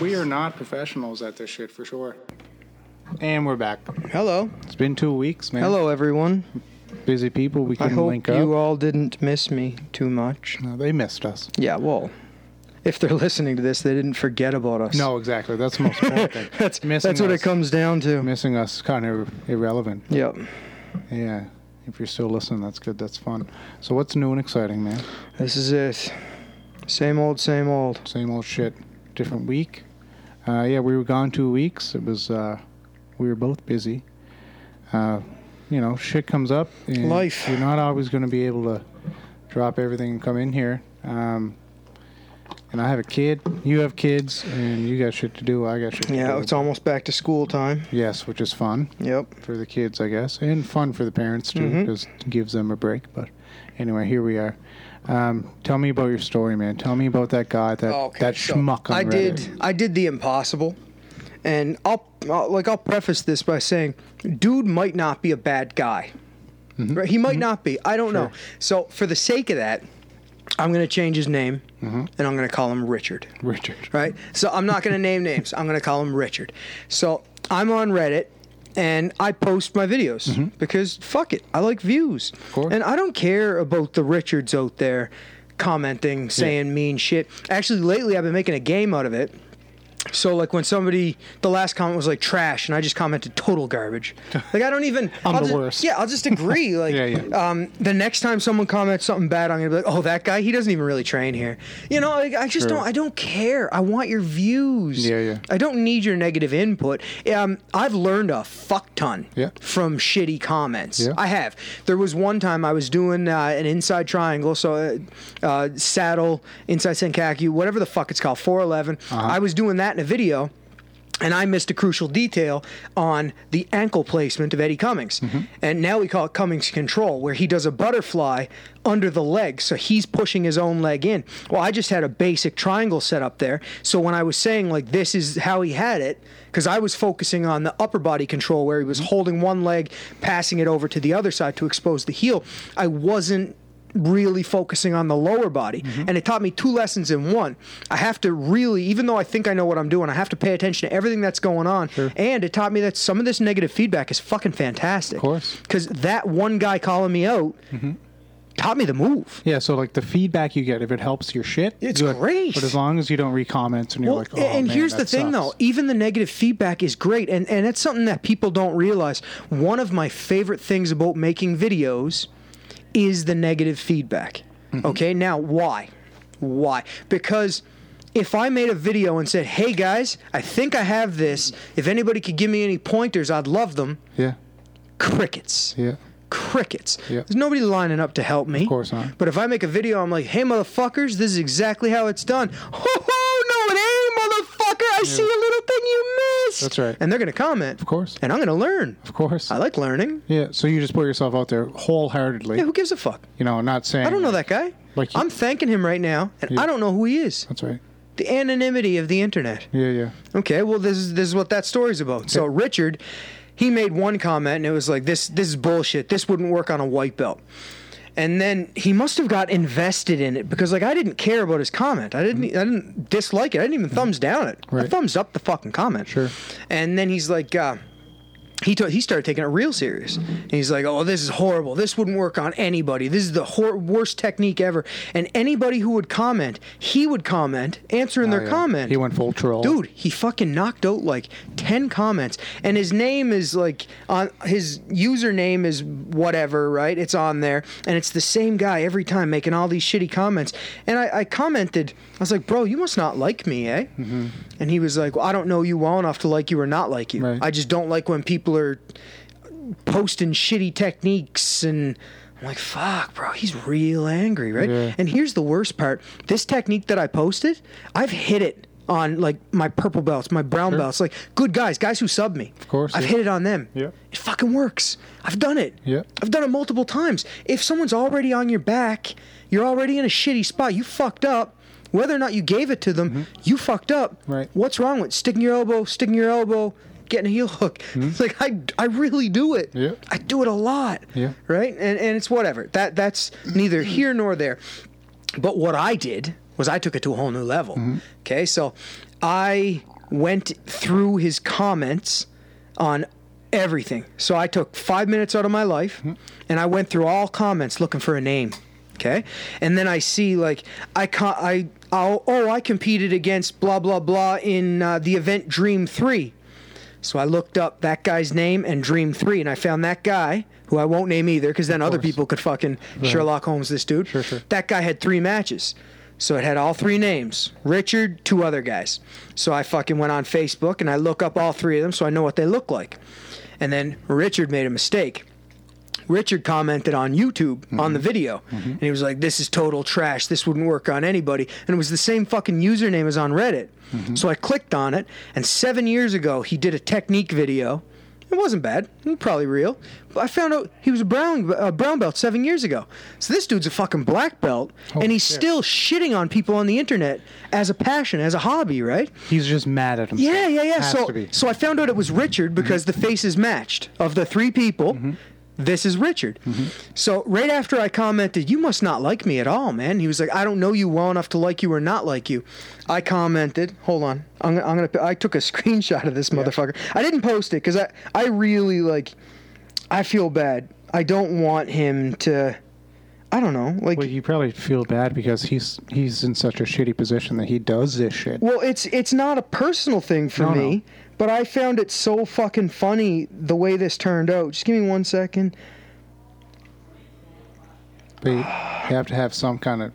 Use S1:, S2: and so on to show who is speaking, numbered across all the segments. S1: We are not professionals at this shit for sure. And we're back.
S2: Hello.
S1: It's been two weeks, man.
S2: Hello, everyone.
S1: Busy people. We
S2: I
S1: couldn't
S2: hope
S1: link
S2: you
S1: up.
S2: all didn't miss me too much.
S1: No, they missed us.
S2: Yeah, well, if they're listening to this, they didn't forget about us.
S1: No, exactly. That's the most important thing.
S2: That's,
S1: missing
S2: that's what
S1: us,
S2: it comes down to.
S1: Missing us is kind of irrelevant.
S2: Yep.
S1: Yeah. If you're still listening, that's good. That's fun. So what's new and exciting, man?
S2: This is it. Same old, same old.
S1: Same old shit. Different week. Uh, yeah, we were gone two weeks. It was. Uh, we were both busy. Uh, you know, shit comes up. and
S2: Life.
S1: You're not always going to be able to drop everything and come in here. Um, and I have a kid. You have kids, and you got shit to do. I got shit. To
S2: Yeah,
S1: do.
S2: it's almost back to school time.
S1: Yes, which is fun
S2: Yep.
S1: for the kids, I guess, and fun for the parents too,
S2: Mhm.
S1: because it gives them a break. But anyway, here we are. Um, tell me about your story, man. Tell me about that guy, that that
S2: Oh, so
S1: schmuck. On
S2: I
S1: Reddit.
S2: did. I did the impossible, and I'll, I'll like I'll preface this by saying, dude might not be a bad guy.
S1: Mm-hmm.
S2: Right? He might not be. I don't know. So for the sake of that, I'm gonna change his name,
S1: Mm-hmm.
S2: and I'm gonna call him Richard.
S1: Richard.
S2: Right. So I'm not gonna name names. I'm gonna call him Richard. So I'm on Reddit. And I post my videos because fuck it, I like views,
S1: Mm-hmm. course.
S2: and I don't care about the Richards out there commenting, saying mean shit. Actually, lately I've been making a game out of it. So like when somebody the last comment was like trash and I just commented total garbage. Like I don't even
S1: I'm
S2: I'll
S1: the
S2: ju-
S1: worst.
S2: Yeah, I'll just agree. Like
S1: Yeah, yeah.
S2: um the next time someone comments something bad, I'm gonna be like, Oh, that guy, he doesn't even really train here. You know, like I just
S1: True.
S2: don't I don't care. I want your views.
S1: Yeah, yeah.
S2: I don't need your negative input. Um I've learned a fuck ton
S1: Yeah.
S2: from shitty comments.
S1: Yeah.
S2: I have. There was one time I was doing uh, an inside triangle, so uh, uh, saddle, inside senkaku, whatever the fuck it's called, 411.
S1: Uh-huh.
S2: I was doing that in a video. And I missed a crucial detail on the ankle placement of Eddie Cummings. And now we call it Cummings control, where he does a butterfly under the leg. So he's pushing his own leg in. Well, I just had a basic triangle set up there. So when I was saying, like, this is how he had it, because I was focusing on the upper body control where he was holding one leg, passing it over to the other side to expose the heel, I wasn't really focusing on the lower body and it taught me two lessons in one i have to really even though i think i know what i'm doing i have to pay attention to everything that's going on and it taught me that some of this negative feedback is fucking fantastic of
S1: course.
S2: because that one guy calling me out taught me the move
S1: Yeah, so like the feedback you get, if it helps your shit,
S2: It's
S1: good.
S2: great.
S1: But as long as you don't re-comment and you're like, oh,
S2: and
S1: man,
S2: here's
S1: that
S2: the thing
S1: sucks."
S2: though even the negative feedback is great and and it's something that people don't realize one of my favorite things about making videos is the negative feedback
S1: Mm-hmm.
S2: okay now why why because if I made a video and said, "Hey guys, I think I have this. If anybody could give me any pointers, I'd love them."
S1: Yeah,
S2: Crickets
S1: yeah,
S2: crickets.
S1: Yeah.
S2: There's nobody lining up to help me. Of
S1: course not.
S2: But if I make a video, I'm like, hey, motherfuckers, this is exactly how it's done. Oh, no, it ain't, motherfucker. I see a little thing you missed.
S1: That's right.
S2: And they're going to comment. Of
S1: course.
S2: And I'm going to learn.
S1: of course.
S2: I like learning.
S1: yeah, so you just put yourself out there wholeheartedly.
S2: Yeah, who gives a fuck?
S1: you know, not saying
S2: I don't know that guy.
S1: Like you-
S2: I'm thanking him right now, and I don't know who he is.
S1: That's right.
S2: The anonymity of the internet.
S1: Yeah, yeah.
S2: Okay, well this is this is what that story's about. So Richard, he made one comment and it was like this this is bullshit. This wouldn't work on a white belt. And then he must have got invested in it because like I didn't care about his comment. I didn't I didn't dislike it. I didn't even thumbs down it. I
S1: Mm-hmm. Right.
S2: thumbs up the fucking comment.
S1: Sure.
S2: And then he's like uh, he, took he started taking it real serious. And he's like, "Oh, this is horrible. This wouldn't work on anybody. This is the hor- worst technique ever." And anybody who would comment, he would comment, answering
S1: Oh,
S2: their
S1: yeah.
S2: comment.
S1: He went full troll.
S2: Dude, he fucking knocked out like 10 comments and his name is like on his username is whatever, right? It's on there and it's the same guy every time making all these shitty comments. And I, I commented, I was like, bro, you must not like me, eh? Mm-hmm. And he was like, well, I don't know you well enough to like you or not like you.
S1: Right.
S2: I just don't like when people are posting shitty techniques and I'm like, fuck, bro, he's real angry, right?
S1: Yeah.
S2: And here's the worst part: this technique that I posted, I've hit it on like my purple belts, my brown
S1: Sure.
S2: belts, like good guys, guys who sub me. Of
S1: course,
S2: I've
S1: yeah.
S2: hit it on them.
S1: Yeah.
S2: It fucking works. I've done it.
S1: Yeah.
S2: I've done it multiple times. If someone's already on your back, you're already in a shitty spot. You fucked up. Whether or not you gave it to them, you fucked up.
S1: Mm-hmm. Right.
S2: What's wrong with sticking your elbow, sticking your elbow, getting a heel hook?
S1: Mm-hmm.
S2: It's like I, I really do it.
S1: Yeah.
S2: I do it a lot.
S1: Yeah.
S2: Right? And and it's whatever. That that's neither here nor there. But what I did was I took it to a whole new level.
S1: Mm-hmm.
S2: Okay? So I went through his comments on everything. So I took 5 minutes out of my life
S1: Mm-hmm.
S2: and I went through all comments looking for a name. Okay? And then I see like I co- I I'll, oh, I competed against blah blah blah in uh, the event Dream 3. So I looked up that guy's name and Dream 3, and I found that guy, who I won't name either, because then other
S1: course.
S2: people could fucking Sherlock Holmes this dude.
S1: Sure, sure.
S2: That guy had three matches. So it had all three names Richard, two other guys. So I fucking went on Facebook and I look up all three of them so I know what they look like. And then Richard made a mistake. Richard commented on YouTube on the video, and he was like, "This is total trash. This wouldn't work on anybody." And it was the same fucking username as on Reddit. So I clicked on it, and seven years ago, he did a technique video. It wasn't bad, it was probably real. But I found out he was a brown a brown belt seven years ago. So this dude's a fucking black belt, and he's still shitting on people on the internet as a passion, as a hobby, right?
S1: He's just mad at him.
S2: Yeah, yeah, yeah.
S1: Has
S2: so,
S1: to be.
S2: so I found out it was Richard because the faces matched of the three people.
S1: Mm-hmm.
S2: This is Richard. So right after I commented, "You must not like me at all, man," he was like, "I don't know you well enough to like you or not like you." I commented, "Hold on, I'm gonna, I'm gonna I took a screenshot of this motherfucker. I didn't post it because I, I really like, I feel bad. I don't want him to, I don't know, like."
S1: Well, you probably feel bad because he's he's in such a shitty position that he does this shit.
S2: Well, it's it's not a personal thing for
S1: No,
S2: me,
S1: no.
S2: but I found it so fucking funny the way this turned out. Just give me one second.
S1: But you have to have some kind of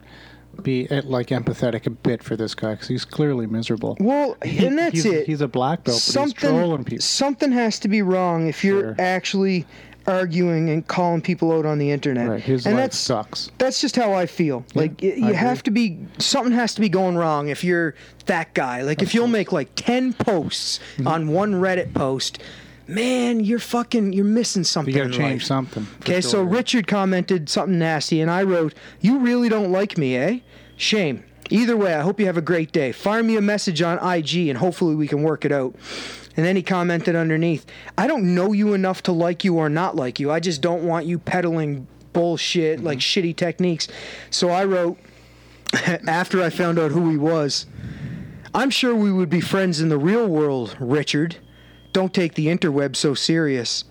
S1: be eh, like empathetic a bit for this guy because he's clearly miserable.
S2: Well,
S1: He-
S2: and that's
S1: he's,
S2: it.
S1: He's a black belt, but he's trolling
S2: something
S1: people.
S2: something has to be wrong if you're
S1: Sure.
S2: actually arguing and calling people out on the internet.
S1: Right, his
S2: and
S1: life
S2: that's
S1: sucks.
S2: that's just how I feel. like y- you
S1: I
S2: have to be something has to be going wrong if you're that guy. Like if you'll make like 10 posts
S1: Mm-hmm.
S2: on one Reddit post, man, you're fucking you're missing something.
S1: You got to
S2: in
S1: change
S2: life.
S1: something. for
S2: Okay, so
S1: sure.
S2: Richard commented something nasty, and I wrote, You really don't like me, eh? Shame. Either way, I hope you have a great day. Fire me a message on IG, and hopefully we can work it out. And then he commented underneath, I don't know you enough to like you or not like you. I just don't want you peddling bullshit, like
S1: Mm-hmm.
S2: shitty techniques. So I wrote, after I found out who he was, I'm sure we would be friends in the real world, Richard. Don't take the interweb so serious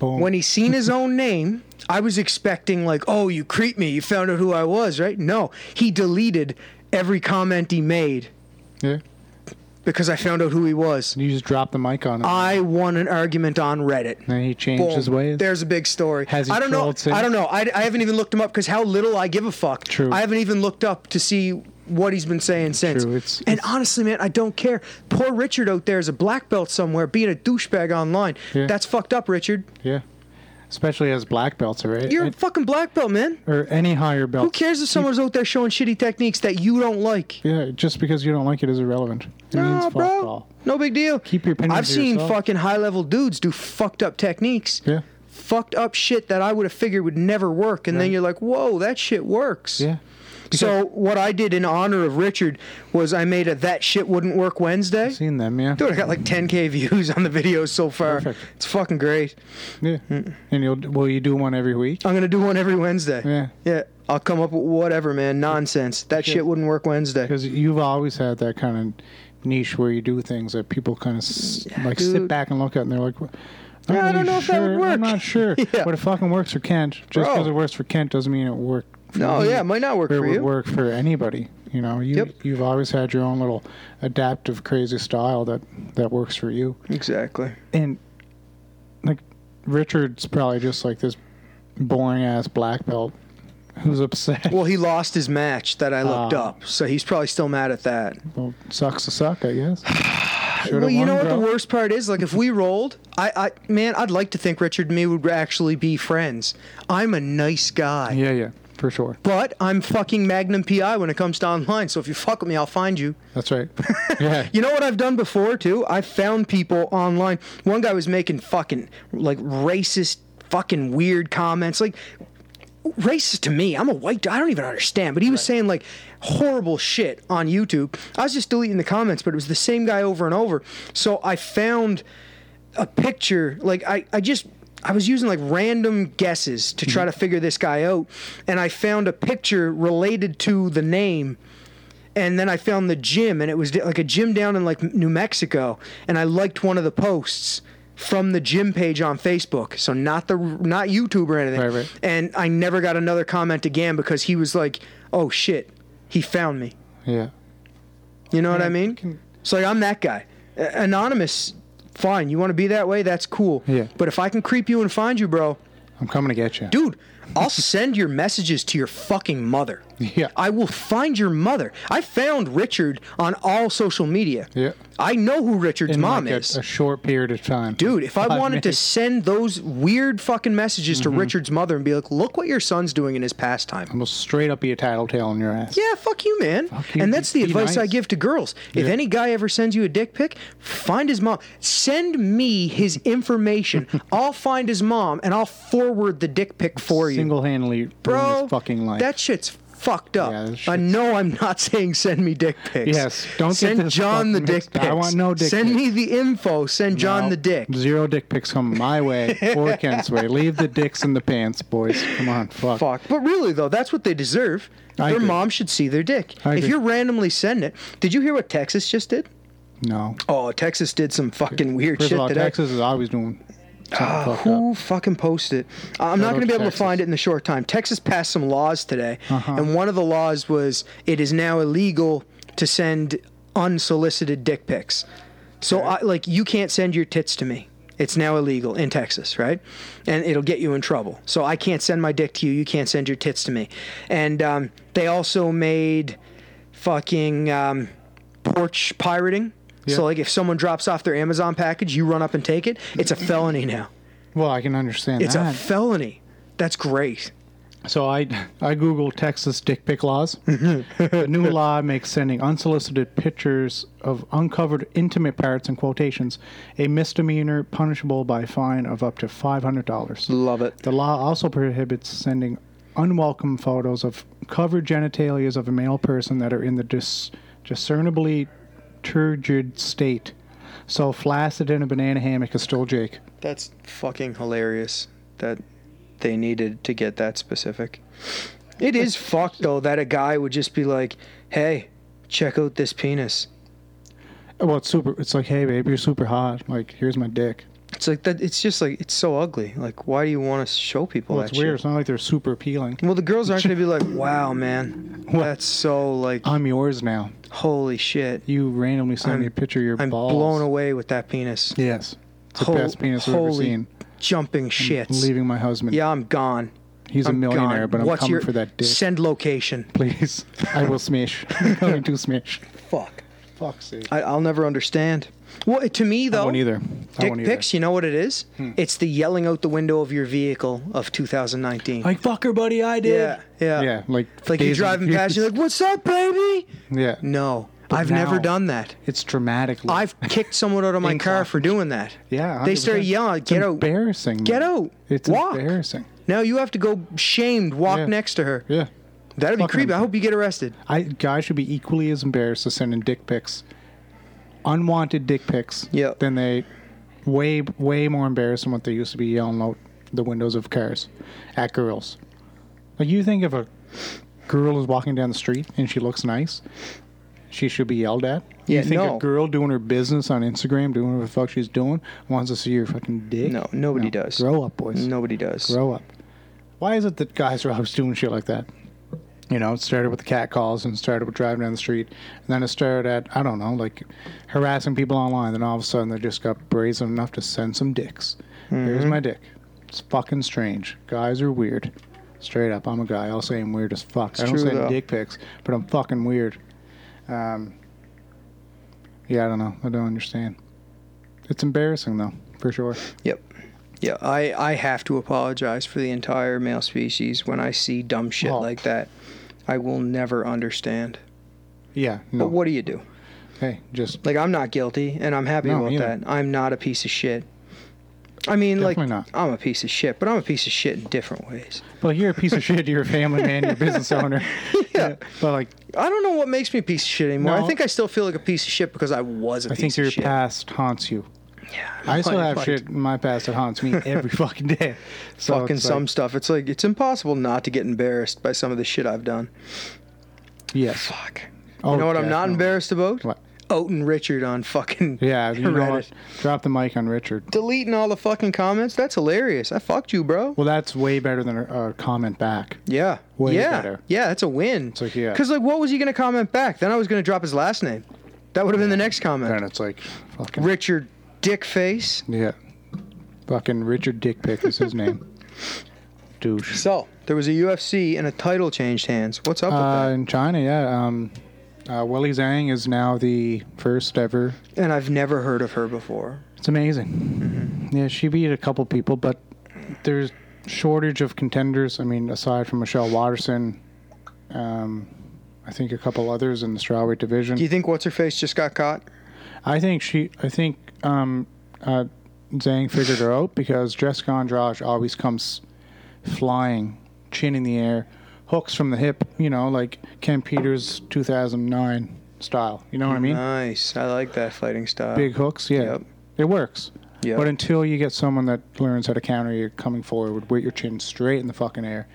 S1: Boom.
S2: when he seen his own name, I was expecting like, oh, you creep me. You found out who I was, right? No, he deleted every comment he made
S1: yeah,
S2: because I found out who he was.
S1: you just drop the mic on him.
S2: I won an argument on Reddit.
S1: and he changed his
S2: Boom.
S1: ways.
S2: There's a big story.
S1: Has he
S2: I don't know.
S1: trolled since?
S2: I don't know. I, I haven't even looked him up because how little I give a fuck.
S1: True.
S2: I haven't even looked up to see what he's been saying since.
S1: True, it's-
S2: and honestly, man, I don't care. Poor Richard out there is a black belt somewhere being a douchebag online.
S1: Yeah.
S2: That's fucked up, Richard.
S1: Yeah, especially as black belts, right?
S2: You're a fucking black belt, man.
S1: or any higher belt.
S2: Who cares if someone's out there showing shitty techniques that you don't like?
S1: Yeah, just because you don't like it is irrelevant. It means
S2: Nah,
S1: fuck
S2: bro.
S1: all.
S2: No big deal.
S1: Keep your opinions
S2: I've
S1: to
S2: seen
S1: yourself.
S2: fucking high level dudes do fucked up techniques.
S1: Yeah.
S2: Fucked up shit that I would have figured would never work. And then you're like, whoa, that shit works.
S1: Yeah.
S2: So what I did in honor of Richard was I made a that shit wouldn't work Wednesday.
S1: Seen them, yeah.
S2: Dude, I got like 10k views on the videos so far.
S1: Perfect.
S2: It's fucking great.
S1: Yeah.
S2: Mm.
S1: And you'll will you do one every week?
S2: I'm gonna do one every Wednesday.
S1: Yeah.
S2: Yeah. I'll come up with whatever, man. Nonsense. That shit wouldn't work Wednesday.
S1: Because you've always had that kind of niche where you do things that people kind of s- like sit
S2: dude.
S1: back and look at, and they're like, "Well, not
S2: Yeah, I don't
S1: really
S2: know if that would
S1: sure.
S2: work."
S1: I'm not sure.
S2: Yeah.
S1: But it fucking works for Kent. Just
S2: Bro.
S1: because it works for Kent doesn't mean it worked. For
S2: No,
S1: me,
S2: yeah, it might not work
S1: or
S2: for
S1: it would
S2: you.
S1: work for anybody. You know, you
S2: Yep.
S1: you've always had your own little adaptive, crazy style that that works for you.
S2: Exactly.
S1: and like Richard's probably just like this boring ass black belt who's upset.
S2: Well, he lost his match that I looked
S1: Ah.
S2: up, so he's probably still mad at that.
S1: Well, sucks to suck, I guess. Should've
S2: Well, you know
S1: won,
S2: what the
S1: bro.
S2: worst part is? Like, if we rolled, I, I, man, I'd like to think Richard and me would actually be friends. I'm a nice guy,
S1: Yeah, yeah, for sure.
S2: but I'm fucking Magnum PI when it comes to online. So if you fuck with me, I'll find you.
S1: That's right. Yeah.
S2: You know what I've done before too? I found people online. One guy was making fucking like racist, fucking weird comments, like racist to me. I'm a white. dude. I don't even understand, but he was saying like horrible shit on YouTube. I was just deleting the comments, but it was the same guy over and over. So I found a picture. Like I, I just. I was using like random guesses to
S1: Mm-hmm.
S2: try to figure this guy out, and I found a picture related to the name and then I found the gym, and it was like a gym down in like New Mexico, and I liked one of the posts from the gym page on Facebook. So not the not YouTube or anything.
S1: Right, right.
S2: And I never got another comment again because he was like, "Oh shit, he found me."
S1: Yeah.
S2: You know what
S1: Yeah,
S2: I mean?
S1: can-
S2: so like, I'm that guy. A- anonymous, fine. You want to be that way? That's cool.
S1: Yeah.
S2: But if I can creep you and find you, bro,
S1: I'm coming to get you.
S2: dude, I'll send your messages to your fucking mother.
S1: Yeah.
S2: I will find your mother. I found Richard on all social media.
S1: Yeah.
S2: I know who Richard's
S1: In
S2: mom
S1: like a,
S2: is.
S1: a short period of time.
S2: Dude, if I
S1: Five
S2: wanted to
S1: minutes. Mm-hmm.
S2: send those weird fucking messages to Richard's mother and be like, look what your son's doing in his pastime.
S1: I'm gonna straight up be a tattletale on your ass.
S2: Yeah, fuck you, man.
S1: Fuck you.
S2: And that's the
S1: Be
S2: advice I
S1: nice.
S2: give to girls. If
S1: Yeah.
S2: any guy ever sends you a dick pic, find his mom. Send me his information. I'll find his mom and I'll forward the dick pic for you.
S1: Single-handedly ruin
S2: Bro,
S1: his fucking life.
S2: that shit's fucked up.
S1: Yeah, that
S2: I
S1: shit's-
S2: know I'm not saying send me dick pics.
S1: Yes, don't get
S2: send
S1: this
S2: John the
S1: fucking
S2: dick
S1: mixed up.
S2: pics.
S1: I want no dick
S2: Send
S1: pics.
S2: me the info. Send John
S1: No,
S2: the dick.
S1: Zero dick pics come my way or Ken's way. Leave the dicks in the pants, boys. Come on, fuck.
S2: Fuck. But really though, that's what they deserve.
S1: I
S2: their
S1: agree.
S2: mom should see their dick.
S1: I
S2: if
S1: agree.
S2: you're randomly sending it, did you hear what Texas just did?
S1: No.
S2: Oh, Texas did some fucking weird
S1: First
S2: shit
S1: of all,
S2: today.
S1: Texas is always doing something
S2: Ah,
S1: fucked up.
S2: who fucking posted it? I'm not
S1: out
S2: going to be
S1: to
S2: able to
S1: Texas. Uh-huh.
S2: find it in the short time. Texas passed some laws today, and one of the laws was it is now illegal to send unsolicited dick pics. So, I, like, you can't send your tits to me. It's now illegal in Texas, right? And it'll get you in trouble. So I can't send my dick to you. You can't send your tits to me. And um, they also made fucking um, porch pirating.
S1: Yeah.
S2: So like, if someone drops off their Amazon package, you run up and take it. It's a felony now.
S1: Well, I can understand
S2: It's a
S1: that.
S2: felony. That's great.
S1: so I, I Googled Texas dick pic laws. the new law makes sending unsolicited pictures of uncovered intimate parts in quotations a misdemeanor punishable by a fine of up to $500.
S2: Love it.
S1: The law also prohibits sending unwelcome photos of covered genitalias of a male person that are in the dis- discernibly turgid state. So flaccid in a banana hammock is still Jake.
S2: That's fucking hilarious that they needed to get that specific. It is fucked though that a guy would just be like, "Hey, check out this penis."
S1: Well, it's super. It's like, hey, babe, you're super hot. Like, here's my dick.
S2: It's like that. It's just like it's so ugly. Like, why do you want to show people
S1: Well,
S2: that
S1: it's weird.
S2: shit?
S1: It's not like they're super appealing.
S2: Well, the girls aren't gonna be like, "Wow, man, that's so like,
S1: I'm yours now.
S2: holy shit."
S1: You randomly sent me a picture of your
S2: I'm
S1: balls.
S2: blown away with that penis.
S1: Yes, it's the
S2: Hol-
S1: best penis I've ever
S2: holy
S1: seen.
S2: Jumping shits.
S1: Leaving my husband.
S2: yeah, I'm gone.
S1: he's a
S2: I'm
S1: millionaire,
S2: gone.
S1: but I'm
S2: Oh, What's
S1: coming
S2: your-
S1: for that dick.
S2: Send location.
S1: Please, I will smash. I'm coming to smash.
S2: Fuck.
S1: Fuck's sake.
S2: I, I'll never understand. Well, to me though,
S1: I won't either. Hmm. I
S2: dick
S1: won't
S2: pics. You know what it is? It's the yelling out the window of your vehicle of 2019.
S1: Either. Like fucker, buddy, I did.
S2: yeah, yeah,
S1: Yeah, like
S2: It's Like you're
S1: days
S2: driving
S1: and
S2: past, you're
S1: years.
S2: like, "What's up, baby?"
S1: yeah.
S2: No,
S1: But
S2: I've never
S1: now-
S2: done that.
S1: It's dramatically.
S2: I've kicked someone out of my
S1: Things
S2: car
S1: happen.
S2: for doing that.
S1: yeah.
S2: They started
S1: 100%.
S2: yelling,
S1: It's
S2: "Get out.
S1: Embarrassing.
S2: Get
S1: man.
S2: out.
S1: It's
S2: Walk."
S1: embarrassing.
S2: Now you have to go shamed, walk
S1: Yeah.
S2: next to her.
S1: Yeah.
S2: That'd be
S1: Fucking
S2: creepy. I hope you get arrested.
S1: I guys should be equally as embarrassed to sending dick pics, unwanted dick pics.
S2: Yep.
S1: Than they, way way more embarrassed than what they used to be yelling out the windows of cars, at girls. Like you think if a girl is walking down the street and she looks nice, she should be yelled at.
S2: Yeah,
S1: you think
S2: no.
S1: a girl doing her business on Instagram, doing whatever the fuck she's doing, wants to see your fucking dick?
S2: No, nobody does.
S1: Grow up, boys.
S2: Nobody does.
S1: Grow up. Why is it that guys are always doing shit like that? You know, it started with the cat calls and it started with driving down the street. And then it started at, I don't know, like harassing people online. Then all of a sudden they just got brazen enough to send some dicks.
S2: Mm-hmm.
S1: Here's my dick. It's fucking strange. Guys are weird. Straight up, I'm a guy. I'll say I'm weird as fuck. I don't
S2: true,
S1: send
S2: though.
S1: dick pics, but I'm fucking weird. Um, Yeah, I don't know. I don't understand. It's embarrassing though, for sure.
S2: Yep. Yeah, I, I have to apologize for the entire male species when I see dumb shit
S1: Oh.
S2: like that. I will never understand.
S1: Yeah.
S2: But
S1: No.
S2: what do you do?
S1: hey, just
S2: Like I'm not guilty, and I'm happy
S1: No,
S2: about
S1: me neither.
S2: that. I'm not a piece of shit. I mean, like
S1: Definitely not.
S2: I'm a piece of shit, but I'm a piece of shit in different ways.
S1: well, you're a piece of shit. You're a family man. You're a business owner.
S2: Yeah.
S1: But like,
S2: I don't know what makes me a piece of shit anymore.
S1: No.
S2: I think I still feel like a piece of shit because I was a
S1: I
S2: piece
S1: think
S2: of
S1: your
S2: shit.
S1: past haunts you.
S2: yeah,
S1: I still
S2: might-
S1: have
S2: might
S1: shit in my past that haunts me every fucking day. So
S2: Fucking
S1: it's
S2: some
S1: Like,
S2: stuff. It's like it's impossible not to get embarrassed by some of the shit I've done.
S1: yes.
S2: Fuck.
S1: Oh,
S2: you know what I'm not
S1: definitely.
S2: embarrassed about?
S1: What?
S2: Oaten Richard on fucking
S1: Yeah. You know
S2: Reddit.
S1: what? Drop the mic on Richard.
S2: Deleting all the fucking comments. That's hilarious. I fucked you, bro.
S1: Well, that's way better than a, a comment back.
S2: Yeah.
S1: Way
S2: yeah.
S1: better.
S2: Yeah, that's a win. It's
S1: like, yeah.
S2: Because, like, what was he going to comment back? Then I was going to drop his last name. That would have been the next comment.
S1: And it's like, fucking.
S2: Richard Dickface.
S1: Yeah. Fucking Richard Dickpick is his name. Douche.
S2: So, there was a UFC and a title changed hands. What's up
S1: Uh,
S2: with
S1: in China, yeah. Um, uh, Willie Zhang is now the first ever.
S2: that? And I've never heard of her before.
S1: It's amazing. Yeah, she beat a couple people, but there's shortage of contenders. I mean, aside from Michelle Watterson, um, I think a couple others in the strawweight division.
S2: Do you think What's Her Face just got caught?
S1: I think she. I think um, uh, Zhang figured her out because Jessica Andrade always comes flying, chin in the air, hooks from the hip. You know, like Ken Peters 2009 style. You know what I mean?
S2: Nice. I like that fighting style.
S1: Big hooks. Yeah,
S2: Uh-huh. Yep.
S1: it works.
S2: Yep.
S1: But until you get someone that learns how to counter you coming forward, with your chin straight in the fucking air,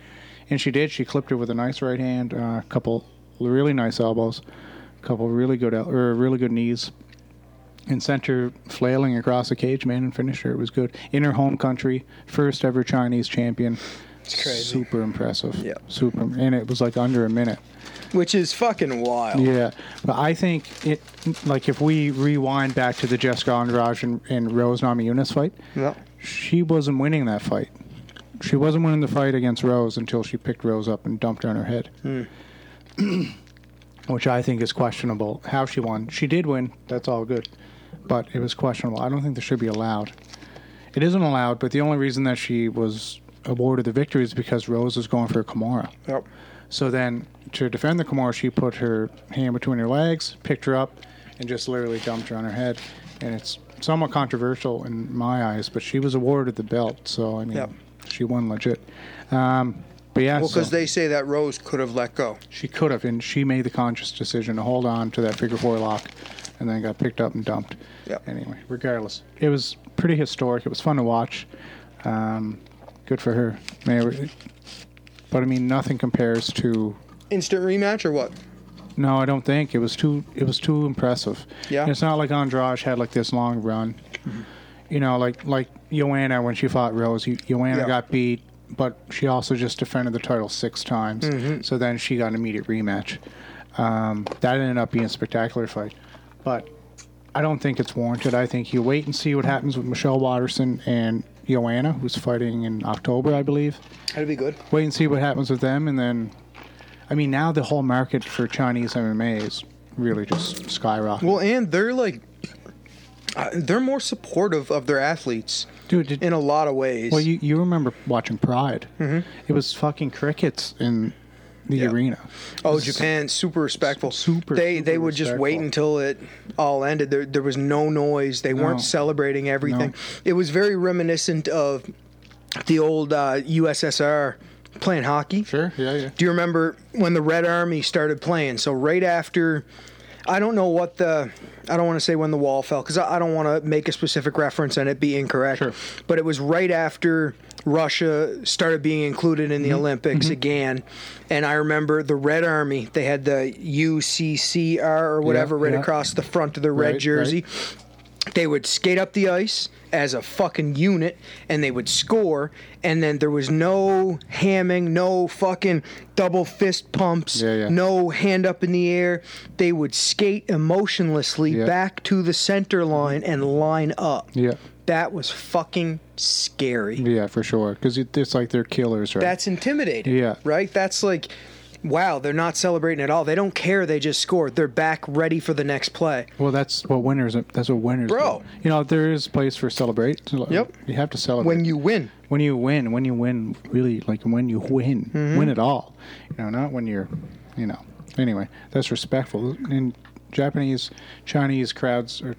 S1: and she did. She clipped her with a nice right hand, uh, a couple really nice elbows, a couple really good el- or really good knees, and sent her flailing across the cage, man, and finished her. It was good in her home country, first ever Chinese champion. It's
S2: crazy.
S1: Super impressive.
S2: Yeah.
S1: Super, and it was like under a minute.
S2: Which is fucking wild.
S1: Yeah, but I think it like if we rewind back to the Jessica Andrade and, and Rose Namajunas fight,
S2: Yep.
S1: she wasn't winning that fight. She wasn't winning the fight against Rose until she picked Rose up and dumped her on her head, which I think is questionable. How she won, she did win. That's all good, but it was questionable. I don't think this should be allowed. It isn't allowed, but the only reason that she was awarded the victory is because Rose was going for a Kimura.
S2: Yep.
S1: So then, to defend the Kimura, she put her hand between her legs, picked her up, and just literally dumped her on her head. And it's somewhat controversial in my eyes, but she was awarded the belt. So, I mean,
S2: Yep.
S1: she won legit. Um, but yeah,
S2: Well,
S1: so
S2: because they say that Rose could have let go.
S1: she could have, and she made the conscious decision to hold on to that figure four lock and then got picked up and dumped.
S2: Yep.
S1: Anyway, regardless, it was pretty historic. It was fun to watch. Um, good for her. May I- But I mean, nothing compares to
S2: Instant rematch or what?
S1: No, I don't think it was too. It was too impressive.
S2: Yeah? Mm-hmm.
S1: And it's not like Andrade had like this long run. You know, like like Joanna when she fought Rose, you, Joanna
S2: Yeah.
S1: got beat, but she also just defended the title six times.
S2: Mm-hmm.
S1: So then she got an immediate rematch. Um, that ended up being a spectacular fight, but I don't think it's warranted. I think you wait and see what happens with Michelle Watterson and Joanna, who's fighting in October, I believe
S2: That'd be good.
S1: wait and see what happens with them, and then, I mean, now the whole market for Chinese MMA is really just skyrocketing.
S2: Well, and they're like, uh, they're more supportive of their athletes
S1: dude, did,
S2: in a lot of ways.
S1: well, you, you remember watching Pride? Mm-hmm. It was fucking crickets in the
S2: Yeah.
S1: arena.
S2: oh, Japan's super respectful.
S1: Super,
S2: They
S1: super
S2: they would just wait
S1: respectful.
S2: until it all ended. There there was no noise. They
S1: No.
S2: weren't celebrating everything.
S1: No.
S2: It was very reminiscent of the old uh, USSR playing hockey.
S1: Sure, yeah, yeah.
S2: Do you remember when the Red Army started playing? So right after, I don't know what the, I don't want to say when the wall fell because I, I don't want to make a specific reference and it be incorrect.
S1: Sure.
S2: But it was right after Russia started being included in the
S1: Mm-hmm.
S2: Olympics again, and I remember the Red Army. They had the UCCR or whatever right
S1: yeah.
S2: across the front of the red
S1: Right, right.
S2: jersey they would skate up the ice as a fucking unit and they would score and then there was no hamming no fucking double fist pumps
S1: Yeah, yeah.
S2: no hand up in the air they would skate emotionlessly
S1: Yeah.
S2: back to the center line and line up
S1: Yeah,
S2: that was fucking scary
S1: yeah, for sure. Because it's like they're killers, right?
S2: that's intimidating
S1: Yeah.
S2: right that's like wow, they're not celebrating at all. They don't care. They just scored. They're back ready for the next play.
S1: Well, that's what winners. That's what winners.
S2: Bro.
S1: do. you know there is place for celebrate. to-
S2: Yep.
S1: you have to celebrate
S2: When you win,
S1: when you win. When you win, really like when you win,
S2: Mm-hmm.
S1: win it all. You know, not when you're, you know. Anyway, that's respectful. In Japanese, Chinese crowds are.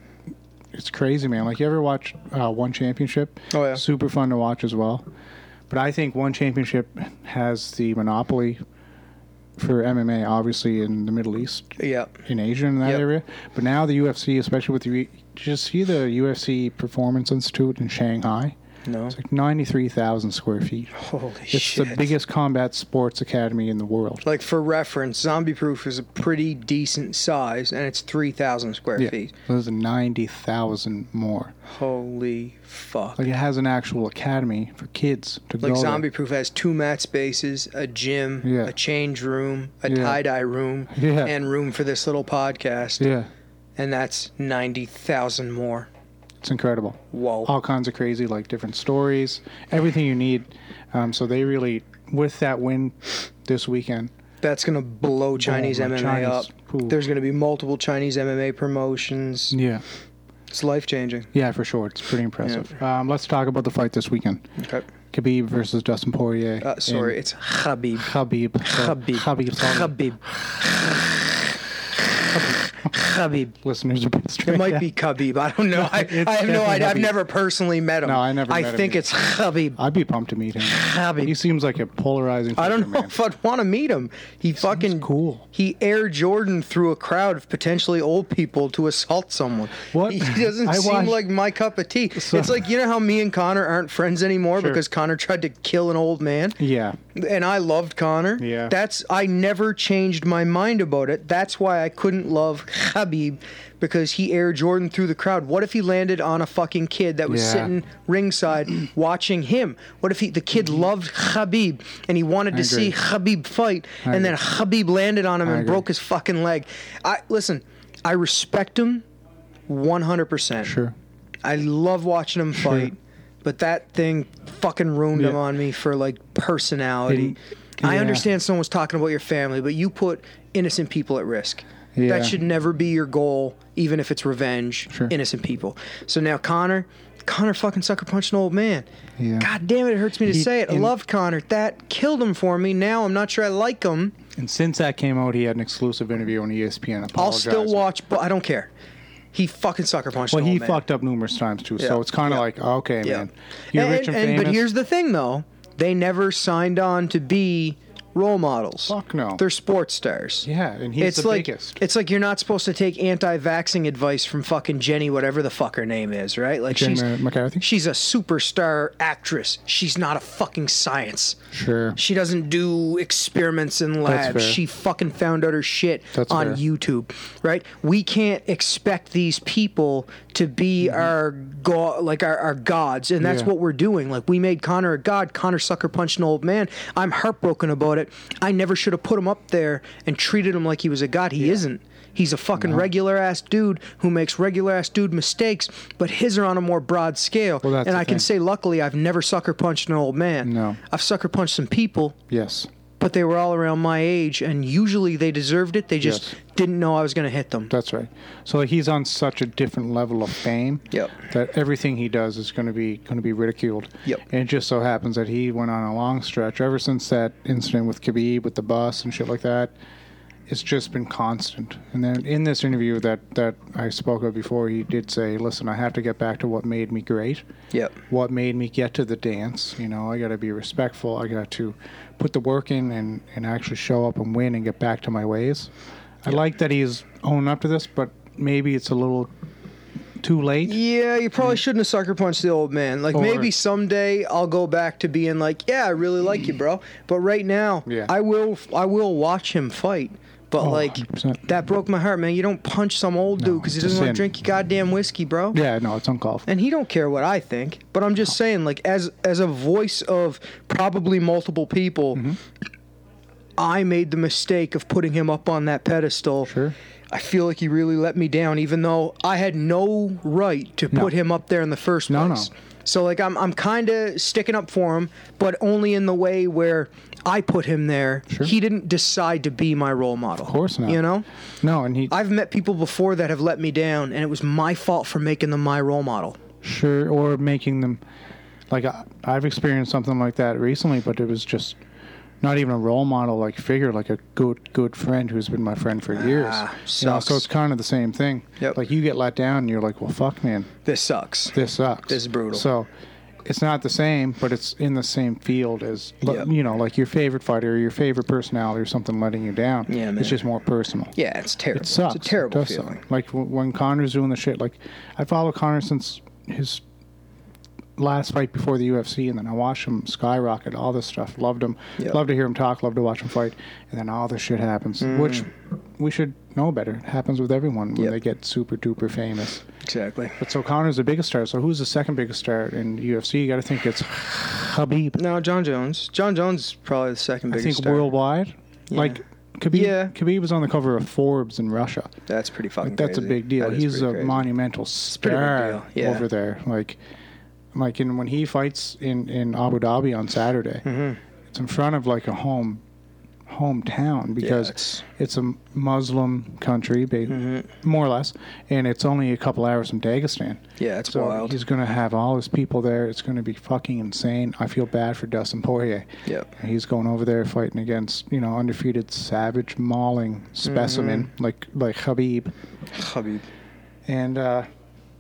S1: It's crazy, man. Like you ever watch uh, one championship?
S2: Oh, yeah.
S1: super fun to watch as well. But I think one championship has the monopoly for MMA, obviously in the Middle East
S2: yeah.
S1: in Asia in that
S2: Yep.
S1: area. But now the UFC, especially with the, did you see the UFC Performance Institute in Shanghai?
S2: No.
S1: It's like ninety-three thousand square feet.
S2: Holy
S1: It's
S2: shit.
S1: the biggest combat sports academy in the world.
S2: like for reference, Zombie Proof is a pretty decent size, and it's three thousand square
S1: Yeah,
S2: feet.
S1: so there's ninety thousand more.
S2: Holy fuck!
S1: Like it has an actual academy for kids to
S2: Like
S1: go.
S2: Zombie Proof has two mat spaces, a gym,
S1: Yeah.
S2: a change room, a
S1: Yeah.
S2: tie dye room,
S1: Yeah.
S2: and room for this little podcast.
S1: There. Yeah,
S2: And that's 90,000 more.
S1: it's incredible.
S2: Whoa.
S1: all kinds of crazy like different stories everything you need um, so they really with that win this weekend
S2: That's going to blow Chinese
S1: my
S2: MMA
S1: Chinese-
S2: up.
S1: Ooh.
S2: There's going to be multiple Chinese MMA promotions.
S1: yeah
S2: It's life changing.
S1: yeah for sure it's pretty impressive um, let's talk about the fight this weekend
S2: Okay.
S1: khabib versus dustin poirier
S2: Uh, sorry,
S1: in
S2: it's Khabib.
S1: khabib
S2: Khabib.
S1: khabib, sorry.
S2: Khabib. Khabib.
S1: listeners are pissed
S2: It
S1: right
S2: might
S1: now.
S2: be Khabib. I don't know. I,
S1: it's
S2: I have no
S1: definitely
S2: idea. I've
S1: Khabib.
S2: never personally met him.
S1: No, I never
S2: I
S1: met him
S2: think
S1: either.
S2: it's Khabib.
S1: i'd be pumped to meet him
S2: Khabib.
S1: he seems like a polarizing
S2: I don't
S1: figure,
S2: know
S1: man.
S2: if I'd want to meet him. He fucking
S1: cool.
S2: He Air Jordan through a crowd of potentially old people to assault someone.
S1: What?
S2: He doesn't
S1: I
S2: seem
S1: watched-
S2: like my cup of tea.
S1: So-
S2: it's like you know how me and Connor aren't friends anymore
S1: Sure.
S2: because Connor tried to kill an old man,
S1: yeah
S2: and I loved Connor.
S1: Yeah.
S2: that's I never changed my mind about it. That's why I couldn't love Khabib because he Air Jordan through the crowd. What if he landed on a fucking kid that was
S1: Yeah.
S2: sitting ringside watching him? What if he the kid loved Khabib and he wanted to see
S1: Mm-hmm. agree.
S2: Khabib fight, and then Khabib landed on him and
S1: agree.
S2: broke his fucking leg. I listen. I respect him, one hundred percent.
S1: sure
S2: I love watching him fight, but that thing fucking ruined him
S1: Yeah.
S2: on me for like personality.
S1: It-
S2: I
S1: yeah.
S2: understand someone's talking about your family, but you put innocent people at risk.
S1: Yeah.
S2: That should never be your goal, even if it's revenge.
S1: Sure.
S2: Innocent people. So now Connor, Connor fucking sucker punched an old man.
S1: Yeah.
S2: God damn it, it hurts me to
S1: He-
S2: say it. I
S1: and-
S2: loved Connor. That killed him for me. Now I'm not sure I like him.
S1: and since that came out he had an exclusive interview on E espn
S2: I'll still
S1: apologizing.
S2: watch, but I don't care. He fucking sucker punched
S1: Well,
S2: an old
S1: he
S2: man.
S1: fucked up numerous times too,
S2: Yeah.
S1: so it's kind of
S2: Yeah.
S1: like, okay,
S2: Yeah.
S1: man, you're
S2: and,
S1: rich and,
S2: and-
S1: famous.
S2: But here's the thing, though: they never signed on to be role models.
S1: Fuck no.
S2: They're sports stars.
S1: yeah, and he's
S2: it's
S1: the
S2: like
S1: biggest.
S2: it's like you're not supposed to take anti-vaxxing advice from fucking Jenny, whatever the fuck her name is, right? Like
S1: Jenny
S2: she's
S1: McCarthy?
S2: She's a superstar actress. She's not a fucking science.
S1: Sure.
S2: She doesn't do experiments in labs.
S1: fair.
S2: She fucking found out her shit
S1: That's
S2: on
S1: fair.
S2: YouTube, right? We can't expect these people to be our go- like our, our gods, and that's
S1: Yeah.
S2: what we're doing. Like we made Connor a god. Connor sucker punched an old man. I'm heartbroken about it. I never should have put him up there and treated him like he was a god. He isn't. He's a fucking regular ass dude who makes regular ass dude mistakes, but his are on a more broad scale.
S1: Well, that's
S2: and
S1: the
S2: I can
S1: thing.
S2: say, luckily, I've never sucker punched an old man.
S1: No.
S2: I've sucker punched some people,
S1: Yes.
S2: but they were all around my age, and usually they deserved it. They just
S1: Yes.
S2: didn't know I was going to hit them.
S1: That's right. So like he's on such a different level of fame
S2: Yep.
S1: that everything he does is going to be going to be ridiculed.
S2: Yep.
S1: And it just so happens that he went on a long stretch ever since that incident with Khabib with the bus and shit like that. It's just been constant. And then in this interview that that I spoke of before, he did say, "Listen, I have to get back to what made me great."
S2: Yep.
S1: what made me get to the dance. You know, I got to be respectful. I got to put the work in and, and actually show up and win and get back to my ways. I like that he's owned up to this, but maybe it's a little too late.
S2: Yeah, you probably shouldn't have sucker punched the old man. Like
S1: Or-
S2: maybe someday I'll go back to being like, yeah, I really like you, bro. But right now,
S1: Yeah. Oh,
S2: I will I will watch him fight. But like
S1: 100%.
S2: that broke my heart, man. You don't punch some old dude 'cause dude because he
S1: it's a
S2: doesn't want to
S1: sin.
S2: drink your goddamn whiskey, bro.
S1: Yeah, no, it's uncalled for.
S2: and he don't care what I think. But I'm just saying, like as as a voice of probably multiple people,
S1: Mm-hmm.
S2: I made the mistake of putting him up on that pedestal.
S1: Sure.
S2: I feel like he really let me down, even though I had no right to put him up there in the first
S1: No,
S2: place.
S1: no.
S2: So like I'm I'm kind of sticking up for him, but only in the way where I put him there.
S1: Sure.
S2: He didn't decide to be my role model. Of
S1: course not.
S2: You know?
S1: No, and he
S2: I've met people before that have let me down, and it was my fault for making them my role model.
S1: sure or making them like I, I've experienced something like that recently, but it was just not even a role model like figure, like a good good friend who's been my friend for years.
S2: Ah,
S1: You know,
S2: sucks.
S1: so it's kind of the same thing.
S2: Yep.
S1: Like you get let down, and you're like, well, fuck, man,
S2: This sucks.
S1: this sucks.
S2: This is brutal.
S1: So it's not the same, but it's in the same field as l-
S2: Yep.
S1: you know, like your favorite fighter or your favorite personality or something letting you down.
S2: Yeah, man.
S1: It's just more personal.
S2: Yeah, it's terrible.
S1: It sucks.
S2: It's a terrible
S1: It does
S2: feeling.
S1: suck. Like w- when Connor's doing the shit. Like I follow Connor since his last fight before the UFC, and then I watched him skyrocket. All this stuff. Loved him.
S2: Yeah.
S1: Loved to hear him talk. Loved to watch him fight. And then all this shit happens, which we should know better. It happens with everyone when
S2: Mm. Yep.
S1: they get super duper famous.
S2: Exactly.
S1: But so Connor's the biggest star. So who's the second biggest star in UFC? You got to think it's Habib.
S2: No, John Jones. John Jones is probably the second
S1: I
S2: biggest.
S1: think
S2: star.
S1: worldwide,
S2: Yeah.
S1: like. Khabib,
S2: Yeah.
S1: Khabib was on the cover of Forbes in Russia.
S2: That's pretty fucking.
S1: That's a
S2: crazy.
S1: big deal.
S2: That is
S1: He's
S2: pretty
S1: a
S2: crazy.
S1: monumental
S2: pretty big
S1: star
S2: deal, yeah.
S1: over there. Like, like, and when he fights in in Abu Dhabi on Saturday,
S2: Mm-hmm.
S1: it's in front of like a home hometown because
S2: it's-
S1: it's, a Muslim country, ba-
S2: Mm-hmm.
S1: more or less, and it's only a couple hours from Dagestan.
S2: Yeah, it's
S1: So
S2: wild.
S1: he's going to have all his people there. It's going to be fucking insane. I feel bad for Dustin Poirier.
S2: Yep.
S1: He's going over there fighting against, you know, undefeated savage mauling specimen
S2: Mm-hmm.
S1: like like Habib
S2: Khabib.
S1: and uh,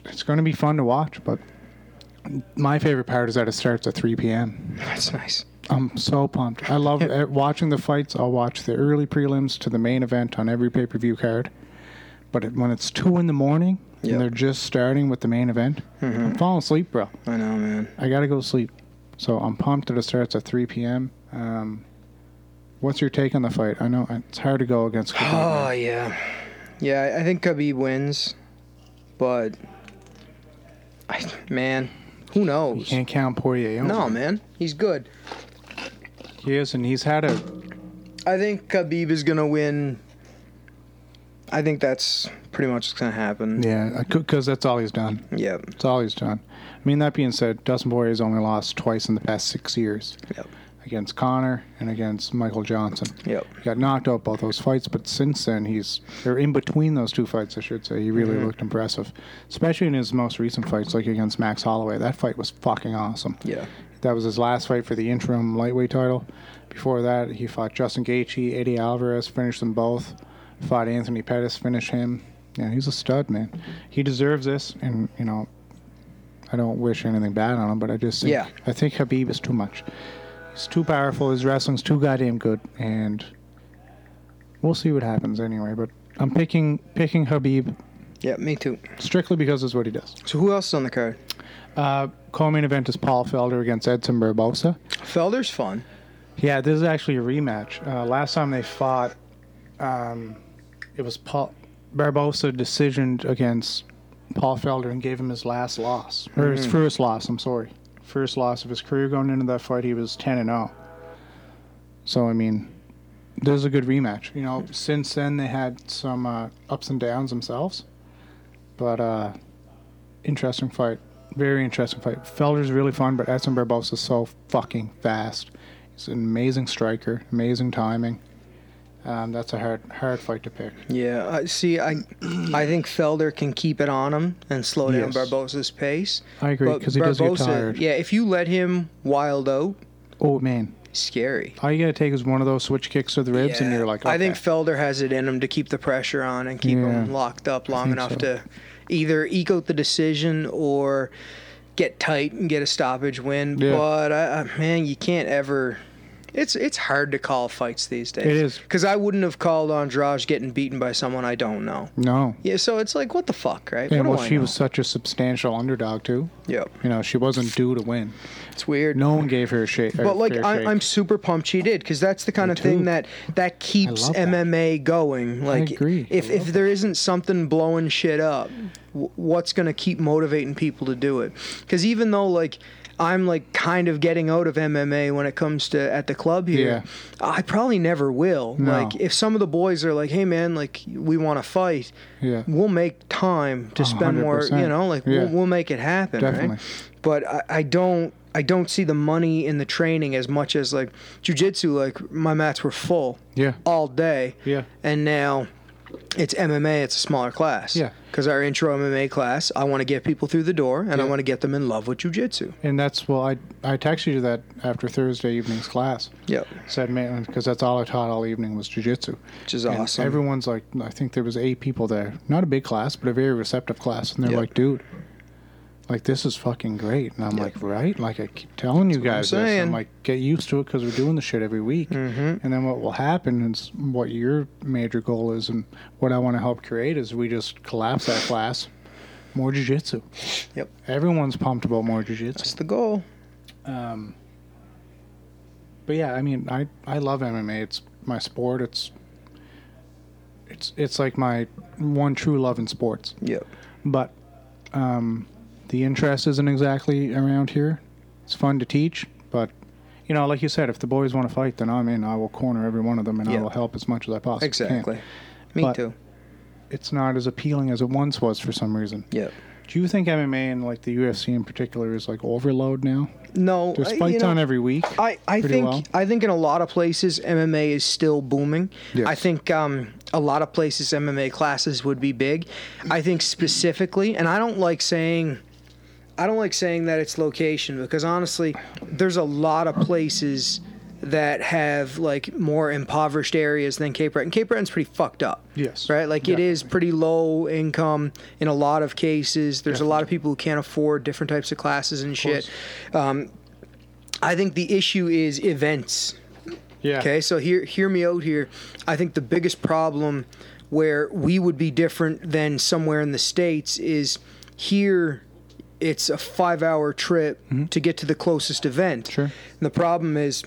S1: it's going to be fun to watch. But my favorite part is that it starts at 3 p.m.
S2: That's nice.
S1: I'm so pumped. I love uh, watching the fights. I'll watch the early prelims to the main event on every pay per view card. But it, when it's two in the morning
S2: Yep. Mm-hmm.
S1: and they're just starting with the main event, I'm falling asleep, bro.
S2: I know, man.
S1: I gotta go sleep. So I'm pumped that it starts at 3 p.m. Um, what's your take on the fight? I know it's hard to go against. Khabib, man.
S2: Oh yeah, yeah. I think Khabib wins, but I, man, who
S1: You
S2: knows?
S1: can't count Poirier. out.
S2: No, man, he's good.
S1: He is, and he's had a
S2: I think Khabib is gonna win. I think that's pretty much what's gonna happen.
S1: yeah, because that's all he's done.
S2: Yep.
S1: It's all he's done. I mean, that being said, Dustin Poirier has only lost twice in the past six years
S2: Yep.
S1: against Connor and against Michael Johnson.
S2: Yep.
S1: He got knocked out both those fights, but since then, he's, or in between those two fights, I should say, he really
S2: Mm-hmm.
S1: looked impressive, especially in his most recent fights, like against Max Holloway. That fight was fucking awesome.
S2: Yeah.
S1: That was his last fight for the interim lightweight title. Before that, he fought Justin Gaethje, Eddie Alvarez, finished them both. Fought Anthony Pettis, finished him. Yeah, he's a stud, man. He deserves this, and you know, I don't wish anything bad on him, but I just think
S2: Yeah.
S1: I think Habib is too much. He's too powerful. His wrestling's too goddamn good, and we'll see what happens anyway. But I'm picking picking Habib
S2: Yep. Me too.
S1: strictly because it's what he does.
S2: So who else is on the card?
S1: Uh, co-main event is Paul Felder against Edson Barbosa.
S2: Felder's fun.
S1: Yeah, this is actually a rematch. Uh, last time they fought, um, it was Paul Barbosa decisioned against Paul Felder and gave him his last loss or his first loss. I'm sorry, first loss of his career going into that fight. He was 10 and 0. So I mean, this is a good rematch. You know, since then they had some uh, ups and downs themselves, but uh, interesting fight. Very interesting fight. Felder's really fun, but Edson Barbosa's so fucking fast. He's an amazing striker, amazing timing. Um, that's a hard, hard fight to pick.
S2: Yeah, I see. I, I think Felder can keep it on him and slow down
S1: Yes.
S2: Barbosa's pace.
S1: I agree,
S2: But
S1: 'cause he does get
S2: Barbosa-
S1: tired.
S2: Yeah, if you let him wild out,
S1: Oh man,
S2: scary.
S1: all you gotta take is one of those switch kicks to the ribs, and
S2: Yeah.
S1: you're like,
S2: I think
S1: okay.
S2: Felder has it in him to keep the pressure on and keep him
S1: Yeah.
S2: locked up long
S1: think
S2: enough
S1: so.
S2: to either eke out the decision or get tight and get a stoppage win.
S1: Yeah.
S2: But I, I, man, you can't ever. It's it's hard to call fights these days.
S1: It is.
S2: because I wouldn't have called Andrade getting beaten by someone I don't know.
S1: no.
S2: Yeah, so it's like what the fuck, right?
S1: And
S2: What do
S1: well,
S2: I
S1: she
S2: know?
S1: was such a substantial underdog too.
S2: Yep,
S1: You know, she wasn't due to win.
S2: it's weird.
S1: No one gave her a shake.
S2: but like I, I'm super pumped she did because that's the kind of thing
S1: too.
S2: that that keeps
S1: love that.
S2: MMA going. Like
S1: agree. I
S2: if if there not something blowing shit up, w- what's gonna keep motivating people to do it? Because even though like. I'm like kind of getting out of MMA when it comes to at the club here. I probably never will.
S1: No.
S2: Like if some of the boys are like, "Hey man, like we want to fight."
S1: Yeah.
S2: We'll make time to spend more, you
S1: 100%.
S2: know, like
S1: Yeah.
S2: we'll, we'll make it happen,
S1: Definitely.
S2: right? But I, I don't I don't see the money in the training as much as like jujitsu. Like my mats were full
S1: Yeah.
S2: all day.
S1: Yeah.
S2: And now it's MMA. It's a smaller class.
S1: Yeah.
S2: Because our intro MMA class, I want to get people through the door, and I
S1: Yeah.
S2: want to get them in love with jujitsu.
S1: And that's well, I I texted you that after Thursday evening's class.
S2: Yep.
S1: Said Maitland because that's all I taught all evening was jujitsu,
S2: Which is
S1: And
S2: awesome.
S1: Everyone's like, I think there was eight people there. Not a big class, but a very receptive class, and they're
S2: Yeah.
S1: like, dude. Like this is fucking great, and I'm
S2: Yeah.
S1: like, right? Like I keep telling you guys,
S2: I'm
S1: this.
S2: saying.
S1: I'm like, get used to it because we're doing the shit every week.
S2: Mhm.
S1: And then what will happen is what your major goal is, and what I want to help create is we just collapse that class, more jujitsu.
S2: Yep.
S1: Everyone's pumped about more jujitsu.
S2: That's the goal.
S1: Um, but yeah, I mean, I I love MMA. It's my sport. It's it's it's like my one true love in sports.
S2: Yep.
S1: But um, the interest isn't exactly around here. It's fun to teach, but you know, like you said, if the boys want to fight, then I'm in. I will corner every one of them, and
S2: Yeah.
S1: I will help as much as I possibly
S2: Exactly.
S1: can.
S2: Me
S1: But-
S2: too.
S1: It's not as appealing as it once was for some reason.
S2: Yep.
S1: Do you think MMA and like the UFC in particular is like overload now?
S2: No.
S1: There's
S2: I-
S1: fights
S2: you know,
S1: on every week.
S2: I, I
S1: pretty
S2: think
S1: well.
S2: I think in a lot of places MMA is still booming.
S1: Yes.
S2: I think um, a lot of places MMA classes would be big. I think specifically, and I don't like saying I don't like saying that it's location because honestly, there's a lot of places that have like more impoverished areas than Cape Breton. Cape Breton's pretty fucked up.
S1: Yes.
S2: Right? Like it is pretty low income in a lot of cases. There's a lot of people who can't afford different types of classes and shit. Um, I think the issue is events.
S1: Yeah.
S2: Okay, so hear hear me out here. I think the biggest problem where we would be different than somewhere in the states is here. It's a five-hour trip to get to the closest event.
S1: Mm-hmm. Sure.
S2: And the problem is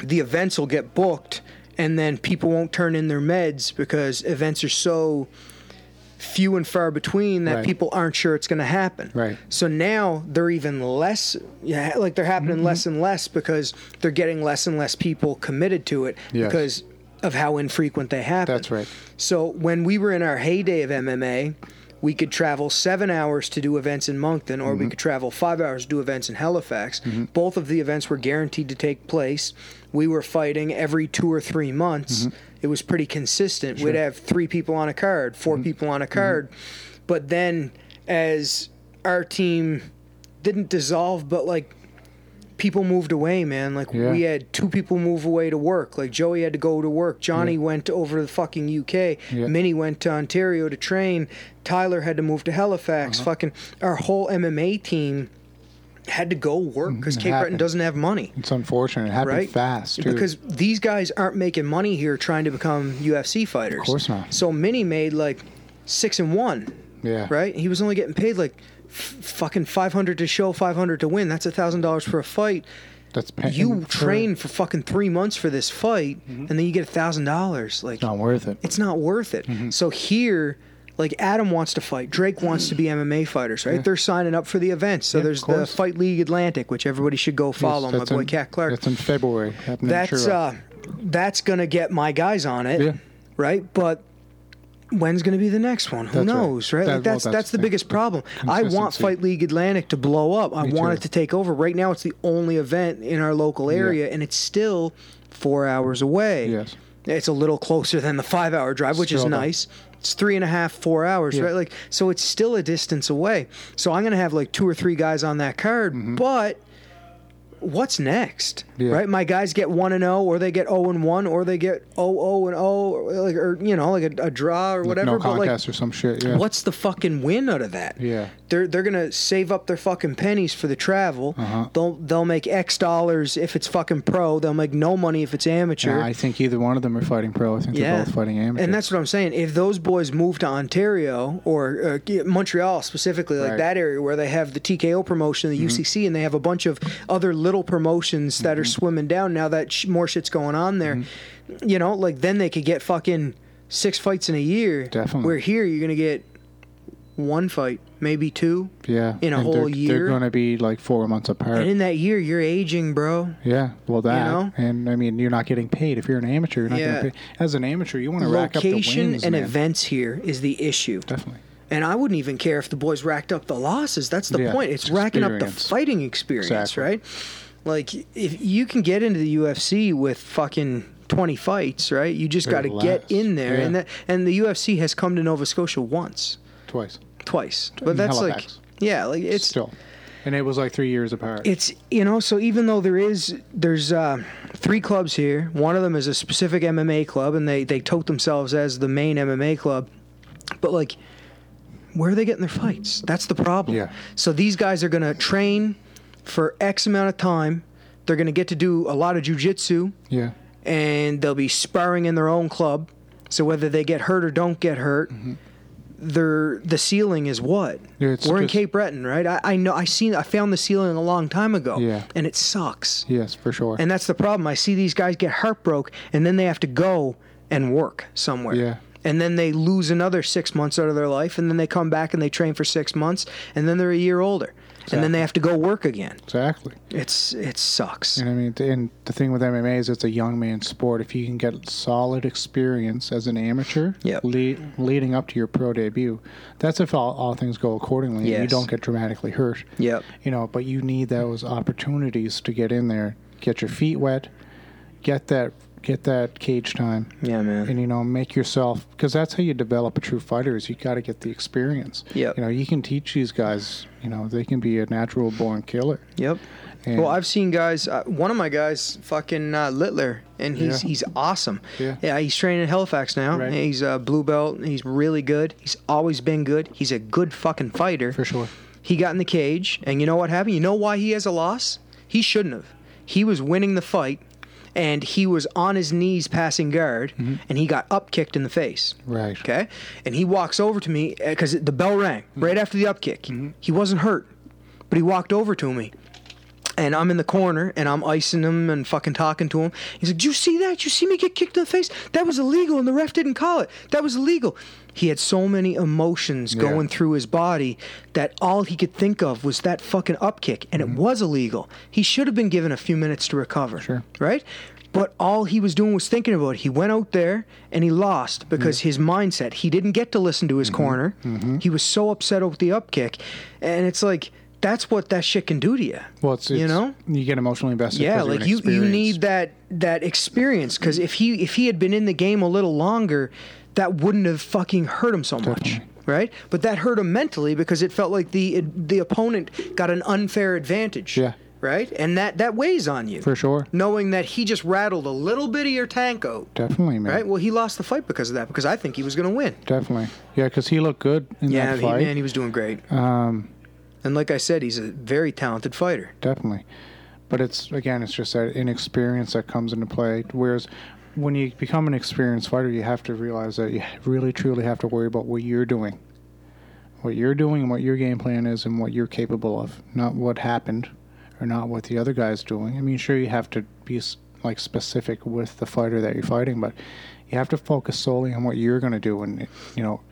S2: the events will get booked, and then people won't turn in their meds because events are so few and far between that
S1: Right.
S2: people aren't sure it's going to happen.
S1: Right.
S2: So now they're even less, yeah, like they're happening
S1: Mm-hmm.
S2: less and less because they're getting less and less people committed to it
S1: Yes.
S2: because of how infrequent they happen.
S1: That's right.
S2: So when we were in our heyday of MMA, we could travel seven hours to do events in Moncton, or
S1: Mm-hmm.
S2: we could travel five hours to do events in Halifax. Both of the events were guaranteed to take place. We were fighting every two or three months.
S1: Mm-hmm.
S2: It was pretty consistent. We'd have three people on a card, 4
S1: Mm-hmm.
S2: people on a card. But then, as our team didn't dissolve, but like people moved away, man. Like
S1: Yeah.
S2: we had two people move away to work. Like Joey had to go to work. Johnny went over to the fucking UK.
S1: Yeah.
S2: Minnie went to Ontario to train. Tyler had to move to Halifax.
S1: Uh-huh.
S2: Fucking our whole MMA team had to go work because
S1: Mm-hmm.
S2: Cape
S1: it
S2: Breton
S1: happened.
S2: doesn't have money.
S1: It's unfortunate. It happened
S2: Right?
S1: fast too.
S2: Because these guys aren't making money here trying to become UFC fighters. Of
S1: course not.
S2: So Minnie made like six and one
S1: yeah,
S2: right? He was only getting paid like f- fucking 500 to show, 500 to win. That's a $1,000 for a fight.
S1: That's pain.
S2: You train for fucking 3 months for this fight and then you get a $1,000. Like
S1: Mm-hmm. Not worth it. Mm-hmm.
S2: it's not worth it. So here like Adam wants to fight, Drake wants to be MMA fighters, right? They're signing up for the events. So
S1: Yeah, of
S2: there's the
S1: course.
S2: Fight League Atlantic, which everybody should go follow.
S1: That's
S2: My boy
S1: in-
S2: Cat Clark
S1: That's in February. Happening
S2: that's
S1: in Truro.
S2: uh that's gonna get my guys on it
S1: Yeah.
S2: right but when's gonna be the next one who
S1: That's right.
S2: knows right,
S1: That-
S2: like
S1: well,
S2: that's
S1: that's
S2: that's the
S1: the thing.
S2: biggest problem i want
S1: Consistency.
S2: fight league atlantic to blow up i
S1: Me
S2: want
S1: too.
S2: it to take over right now it's the only event in our local area and it's still four hours away
S1: Yes.
S2: it's a little closer than the five hour drive which is
S1: Still though.
S2: nice it's three and a half four hours right like so it's still a distance away so i'm gonna have like two or three guys on that card but what's next,
S1: Mm-hmm. Yeah.
S2: right? My guys get one and zero, or they get zero and one, or they get 0-0 and zero, or, like, or you know, like a, a draw or whatever.
S1: no
S2: but like,
S1: contest or some shit. Yeah.
S2: what's the fucking win out of that?
S1: Yeah.
S2: They're, they're gonna save up their fucking pennies for the travel.
S1: Uh-huh.
S2: They'll they'll make X dollars if it's fucking pro. They'll make no money if it's amateur.
S1: Nah, I think either one of them are fighting pro. I think they're both fighting amateur.
S2: And that's what I'm saying. If those boys move to Ontario or uh, get- Montreal specifically, like
S1: Right. Mm-hmm.
S2: that area where they have the TKO promotion, the UCC, and they have a bunch of other little promotions that are
S1: Mm-hmm.
S2: swimming down now that sh- more shit's going on there, you know, like then they could get fucking six fights in a year.
S1: Definitely.
S2: Where here you're going to get one fight, maybe two.
S1: yeah.
S2: in a
S1: And
S2: whole
S1: they're,
S2: year.
S1: They're going to be like four months apart.
S2: And in that year, you're aging, bro.
S1: yeah. Well, that
S2: know?
S1: and I mean, you're not getting paid if you're an amateur. You're not
S2: Yeah.
S1: going to pay. As an amateur, you want to rack up the
S2: Location
S1: wins.
S2: and
S1: man.
S2: events here is the issue.
S1: Definitely.
S2: And I wouldn't even care if the boys racked up the losses. That's the
S1: Yeah,
S2: point. It's
S1: it's
S2: racking up the
S1: experience.
S2: fighting experience,
S1: Exactly.
S2: right? Like if you can get into the UFC with fucking 20 fights, right? You just got to get
S1: less.
S2: in there. And
S1: Yeah.
S2: that and the UFC has come to Nova Scotia once,
S1: twice.
S2: twice. But that's like
S1: Halifax.
S2: yeah, like it's
S1: Still, and it was like three years apart.
S2: it's you know so even though there is there's uh, three clubs here one of them is a specific mma club and they they tote themselves as the main mma club but like where are they getting their fights that's the problem
S1: Yeah.
S2: so these guys are gonna train for x amount of time they're gonna get to do a lot of jujitsu
S1: yeah,
S2: and they'll be sparring in their own club so whether they get hurt or don't get hurt their the ceiling is what
S1: Yeah, it's
S2: we're in
S1: just-
S2: Cape Breton, right? I, I know I seen I found the ceiling a long time ago,
S1: Yeah.
S2: and it sucks.
S1: yes, for sure.
S2: And that's the problem. I see these guys get heartbroken, and then they have to go and work somewhere.
S1: Yeah.
S2: And then they lose another six months out of their life, and then they come back and they train for six months, and then they're a year older, and then they have to go work again.
S1: exactly.
S2: It's it sucks.
S1: And I mean, and the thing with MMA is it's a young man's sport. If you can get solid experience as an amateur,
S2: Yep.
S1: lea- leading up to your pro debut, that's if all, all things go accordingly. and You
S2: Yes.
S1: don't get dramatically hurt.
S2: Yep.
S1: You know, but you need those opportunities to get in there, get your feet wet, get that get that cage time.
S2: Yeah, man.
S1: And you know, make yourself because that's how you develop a true fighter. Is you got to get the experience.
S2: Yep.
S1: You know, you can teach these guys. You know, they can be a natural born killer.
S2: Yep.
S1: And-
S2: well, I've seen guys. Uh, one of my guys, fucking uh, Littler, and he's
S1: Yeah.
S2: he's awesome.
S1: Yeah.
S2: he's training in Halifax now.
S1: Right.
S2: He's a blue belt. and He's really good. He's always been good. He's a good fucking fighter.
S1: For sure.
S2: He got in the cage, and you know what happened? You know why he has a loss? He shouldn't have. He was winning the fight, and he was on his knees passing guard, and he got up kicked in the face.
S1: Mm-hmm. Right.
S2: Okay. And he walks over to me because the bell rang
S1: Mm-hmm.
S2: right after the upkick. He wasn't hurt, but he walked over to me. And I'm in the corner and I'm icing him and fucking talking to him. He's like, "Did you see that? Did you see me get kicked in the face? That was illegal and the ref didn't call it. That was illegal." He had so many emotions going through his body that all he could think of was that fucking upkick and it was illegal. He should have been given a few minutes to recover.
S1: Sure.
S2: Right? But all he was doing was thinking about it. He went out there and he lost because his mindset, he didn't get to listen to his corner. He was so upset over the upkick. And it's like, that's what that shit can do to you.
S1: Well, it's, it's
S2: you know?
S1: you get emotionally invested.
S2: Yeah,
S1: 'cause of
S2: like
S1: an
S2: you, you
S1: experience.
S2: need that that experience because if he if he had been in the game a little longer, that wouldn't have fucking hurt him so much, right? But that hurt him mentally because it felt like the the opponent got an unfair advantage,
S1: Yeah.
S2: right? And that that weighs on you
S1: for sure.
S2: knowing that he just rattled a little bit of your tank out,
S1: Definitely, man.
S2: right? Well, he lost the fight because of that because I think he was going to win.
S1: Definitely. Yeah, because he looked good in
S2: Yeah,
S1: that
S2: he,
S1: fight.
S2: man, he was doing great.
S1: um,
S2: And like I said, he's a very talented fighter.
S1: definitely. But it's again, it's just that inexperience that comes into play. Whereas when you become an experienced fighter, you have to realize that you really truly have to worry about what you're doing, what you're doing, and what your game plan is, and what you're capable of, not what happened, or not what the other guy's doing. I mean, sure, you have to be s- like specific with the fighter that you're fighting, but you have to focus solely on what you're going to do, and you know.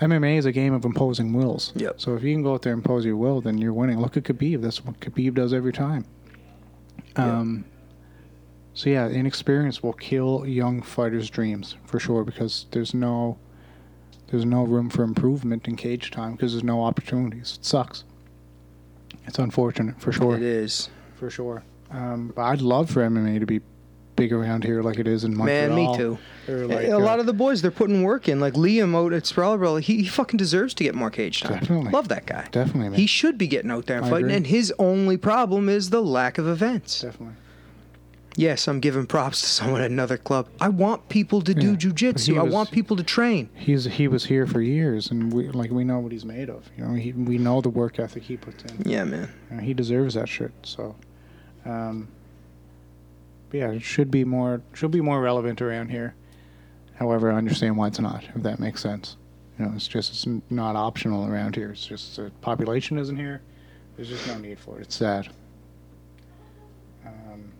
S1: MMA is a game of imposing wills.
S2: Yep.
S1: So if you can go out there and impose your will, then you're winning. Look at Khabib. That's what Khabib does every time. Um, So yeah, inexperience will kill young fighters' dreams for sure because there's no there's no room for improvement in cage time because there's no opportunities. It sucks. It's unfortunate for sure.
S2: It is.
S1: For sure. Um, but I'd love for MMA to be big around here like it is in
S2: Man,
S1: Montreal.
S2: me too.
S1: Or
S2: A-
S1: like,
S2: a
S1: uh,
S2: lot of the boys, they're putting work in. Like Liam out at Spralbro, he, he fucking deserves to get more cage time.
S1: Definitely.
S2: Love that guy.
S1: definitely, man.
S2: He should be getting out there and
S1: I
S2: fighting,
S1: agree.
S2: and his only problem is the lack of events.
S1: definitely.
S2: Yes, I'm giving props to someone at another club. I want people to do
S1: Yeah, but
S2: jujitsu.
S1: he
S2: I
S1: was-
S2: want people to train.
S1: He's he was here for years, and we like we know what he's made of. You know, he, we know the work ethic he puts in.
S2: Yeah, man.
S1: You know, he deserves that shit. So, um, but yeah, it should be more should be more relevant around here. However, I understand why it's not. If that makes sense, you know, it's just it's n- not optional around here. It's just the population isn't here. There's just no need for it. It's sad. Um,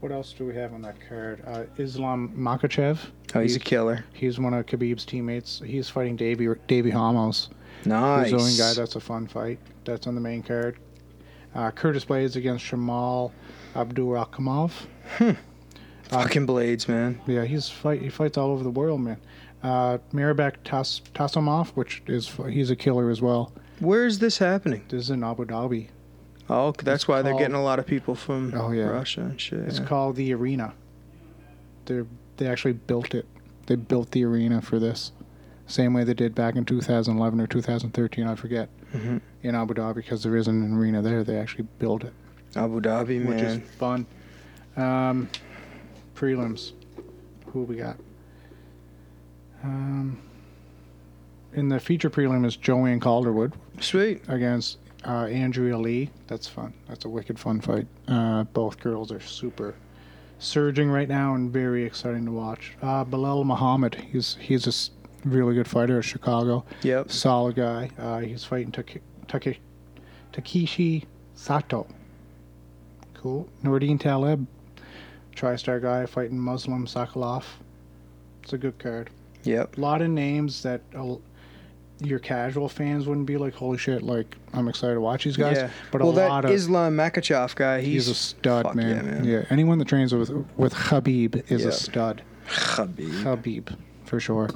S1: what else do we have on that card? Uh, Islam Makachev.
S2: Oh, he's a killer.
S1: He's one of Khabib's teammates. He's fighting Davy Davy Hamos.
S2: Nice.
S1: Brazilian guy. That's a fun fight. That's on the main card. Uh, Curtis Blades against Shamal Abdurakhimov.
S2: Fucking blades, man.
S1: Yeah, he's fight. He fights all over the world, man. uh, Mirabek Tas- Tasomov, which is he's a killer as well.
S2: Where is this happening?
S1: This is in Abu Dhabi.
S2: Oh, c- that's why they're
S1: called-
S2: getting a lot of people from
S1: Oh, yeah.
S2: Russia and shit.
S1: It's
S2: yeah.
S1: called the arena. They they actually built it. They built the arena for this, same way they did back in 2011 or 2013. I forget
S2: Mhm.
S1: in Abu Dhabi because there isn't an arena there. They actually built it,
S2: Abu Dhabi,
S1: which
S2: man.
S1: is fun. Um, prelims. Who we got? Um, in the feature prelim is Joanne Calderwood
S2: Sweet.
S1: against uh, Andrea Lee. That's fun. That's a wicked fun fight. Uh, both girls are super surging right now and very exciting to watch. Uh, Bilal Muhammad, he's he's a s- really good fighter at Chicago.
S2: Yep.
S1: Solid guy. Uh, he's fighting Take, Take, Takeshi Sato. Cool. Nordine Taleb, TriStar guy fighting Muslim Sakalov. It's a good card
S2: Yep.
S1: a lot of names that a- your casual fans wouldn't be like, holy shit, like I'm excited to watch these guys.
S2: yeah.
S1: But
S2: well,
S1: a
S2: that
S1: lot of
S2: Islam Makachev guy, he's,
S1: he's a stud,
S2: fuck
S1: man.
S2: Yeah, man.
S1: Yeah, anyone that trains with with Habib is
S2: Yeah.
S1: a stud.
S2: Khabib.
S1: Habib, for sure.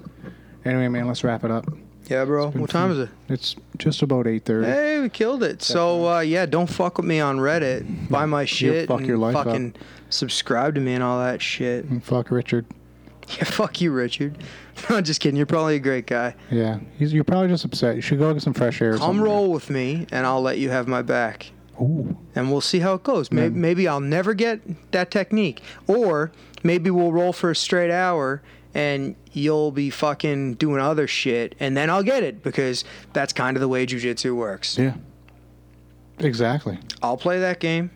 S1: Anyway, man, let's wrap it up.
S2: Yeah, bro. What time is it?
S1: It's just about eight thirty.
S2: Hey, we killed it. So uh, yeah, don't fuck with me on Reddit. Buy my shit.
S1: fuck
S2: and
S1: your life up. Mm.
S2: fucking subscribe to me and all that shit.
S1: Fuck Richard.
S2: Yeah, fuck you, Richard. No, just kidding. You're probably a great guy.
S1: Yeah, he's, you're probably just upset. You should go get some fresh air. or
S2: Come
S1: something.
S2: roll with me, and I'll let you have my back.
S1: Ooh,
S2: and we'll see how it goes. Maybe, maybe I'll never get that technique, or maybe we'll roll for a straight hour and you'll be fucking doing other shit, and then I'll get it because that's kind of the way jujitsu works.
S1: yeah. Exactly.
S2: I'll play that game.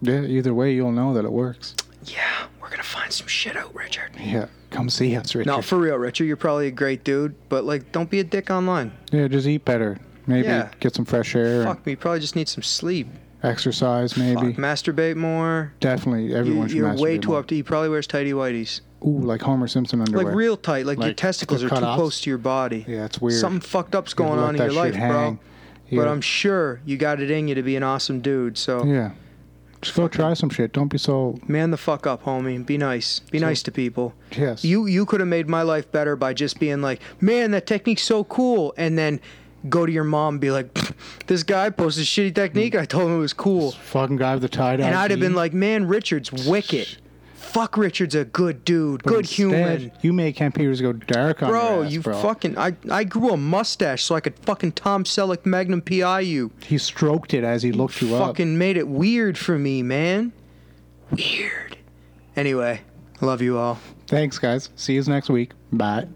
S1: Yeah. Either way, you'll know that it works.
S2: Yeah, we're gonna find some shit out, Richard.
S1: Yeah. Come see us, Richard.
S2: No, for real, Richard. You're probably a great dude, but like, don't be a dick online.
S1: Yeah, just eat better. Maybe
S2: Yeah.
S1: get some fresh air, and
S2: Fuck me. Probably just need some sleep.
S1: exercise.
S2: Fuck,
S1: Maybe
S2: masturbate more.
S1: definitely
S2: You,
S1: everyone should.
S2: you're way
S1: masturbate
S2: too
S1: more.
S2: up to. He probably wears tighty whities.
S1: Ooh, like Homer Simpson underwear.
S2: Like real tight. Like, your
S1: Like,
S2: testicles
S1: the
S2: are too
S1: cut-offs?
S2: close to your body.
S1: Yeah, it's weird.
S2: Something fucked up's
S1: You
S2: going
S1: let
S2: on in
S1: that
S2: your life,
S1: shit
S2: bro.
S1: hang.
S2: But
S1: Yeah.
S2: I'm sure you got it in you to be an awesome dude. So
S1: Yeah. Just go try some shit. Don't be so.
S2: man the fuck up, homie. Be nice. Be nice to people.
S1: Yes.
S2: You you could have made my life better by just being like, man, that technique's so cool, and then go to your mom and be like, this guy posted shitty technique. I told him it was cool,
S1: fucking guy with the tie dye.
S2: and I'd have been like, man, Richard's wicked. Fuck, Richard's a good dude, good human.
S1: You made Cam Peters go dark on
S2: Bro,
S1: your ass,
S2: you
S1: bro.
S2: fucking I, I grew a mustache so I could fucking Tom Selleck Magnum PI you.
S1: He stroked it as he looked you
S2: fucking made it weird for me, man. Weird. Anyway, love you all.
S1: up. Thanks, guys. See you next week. Bye.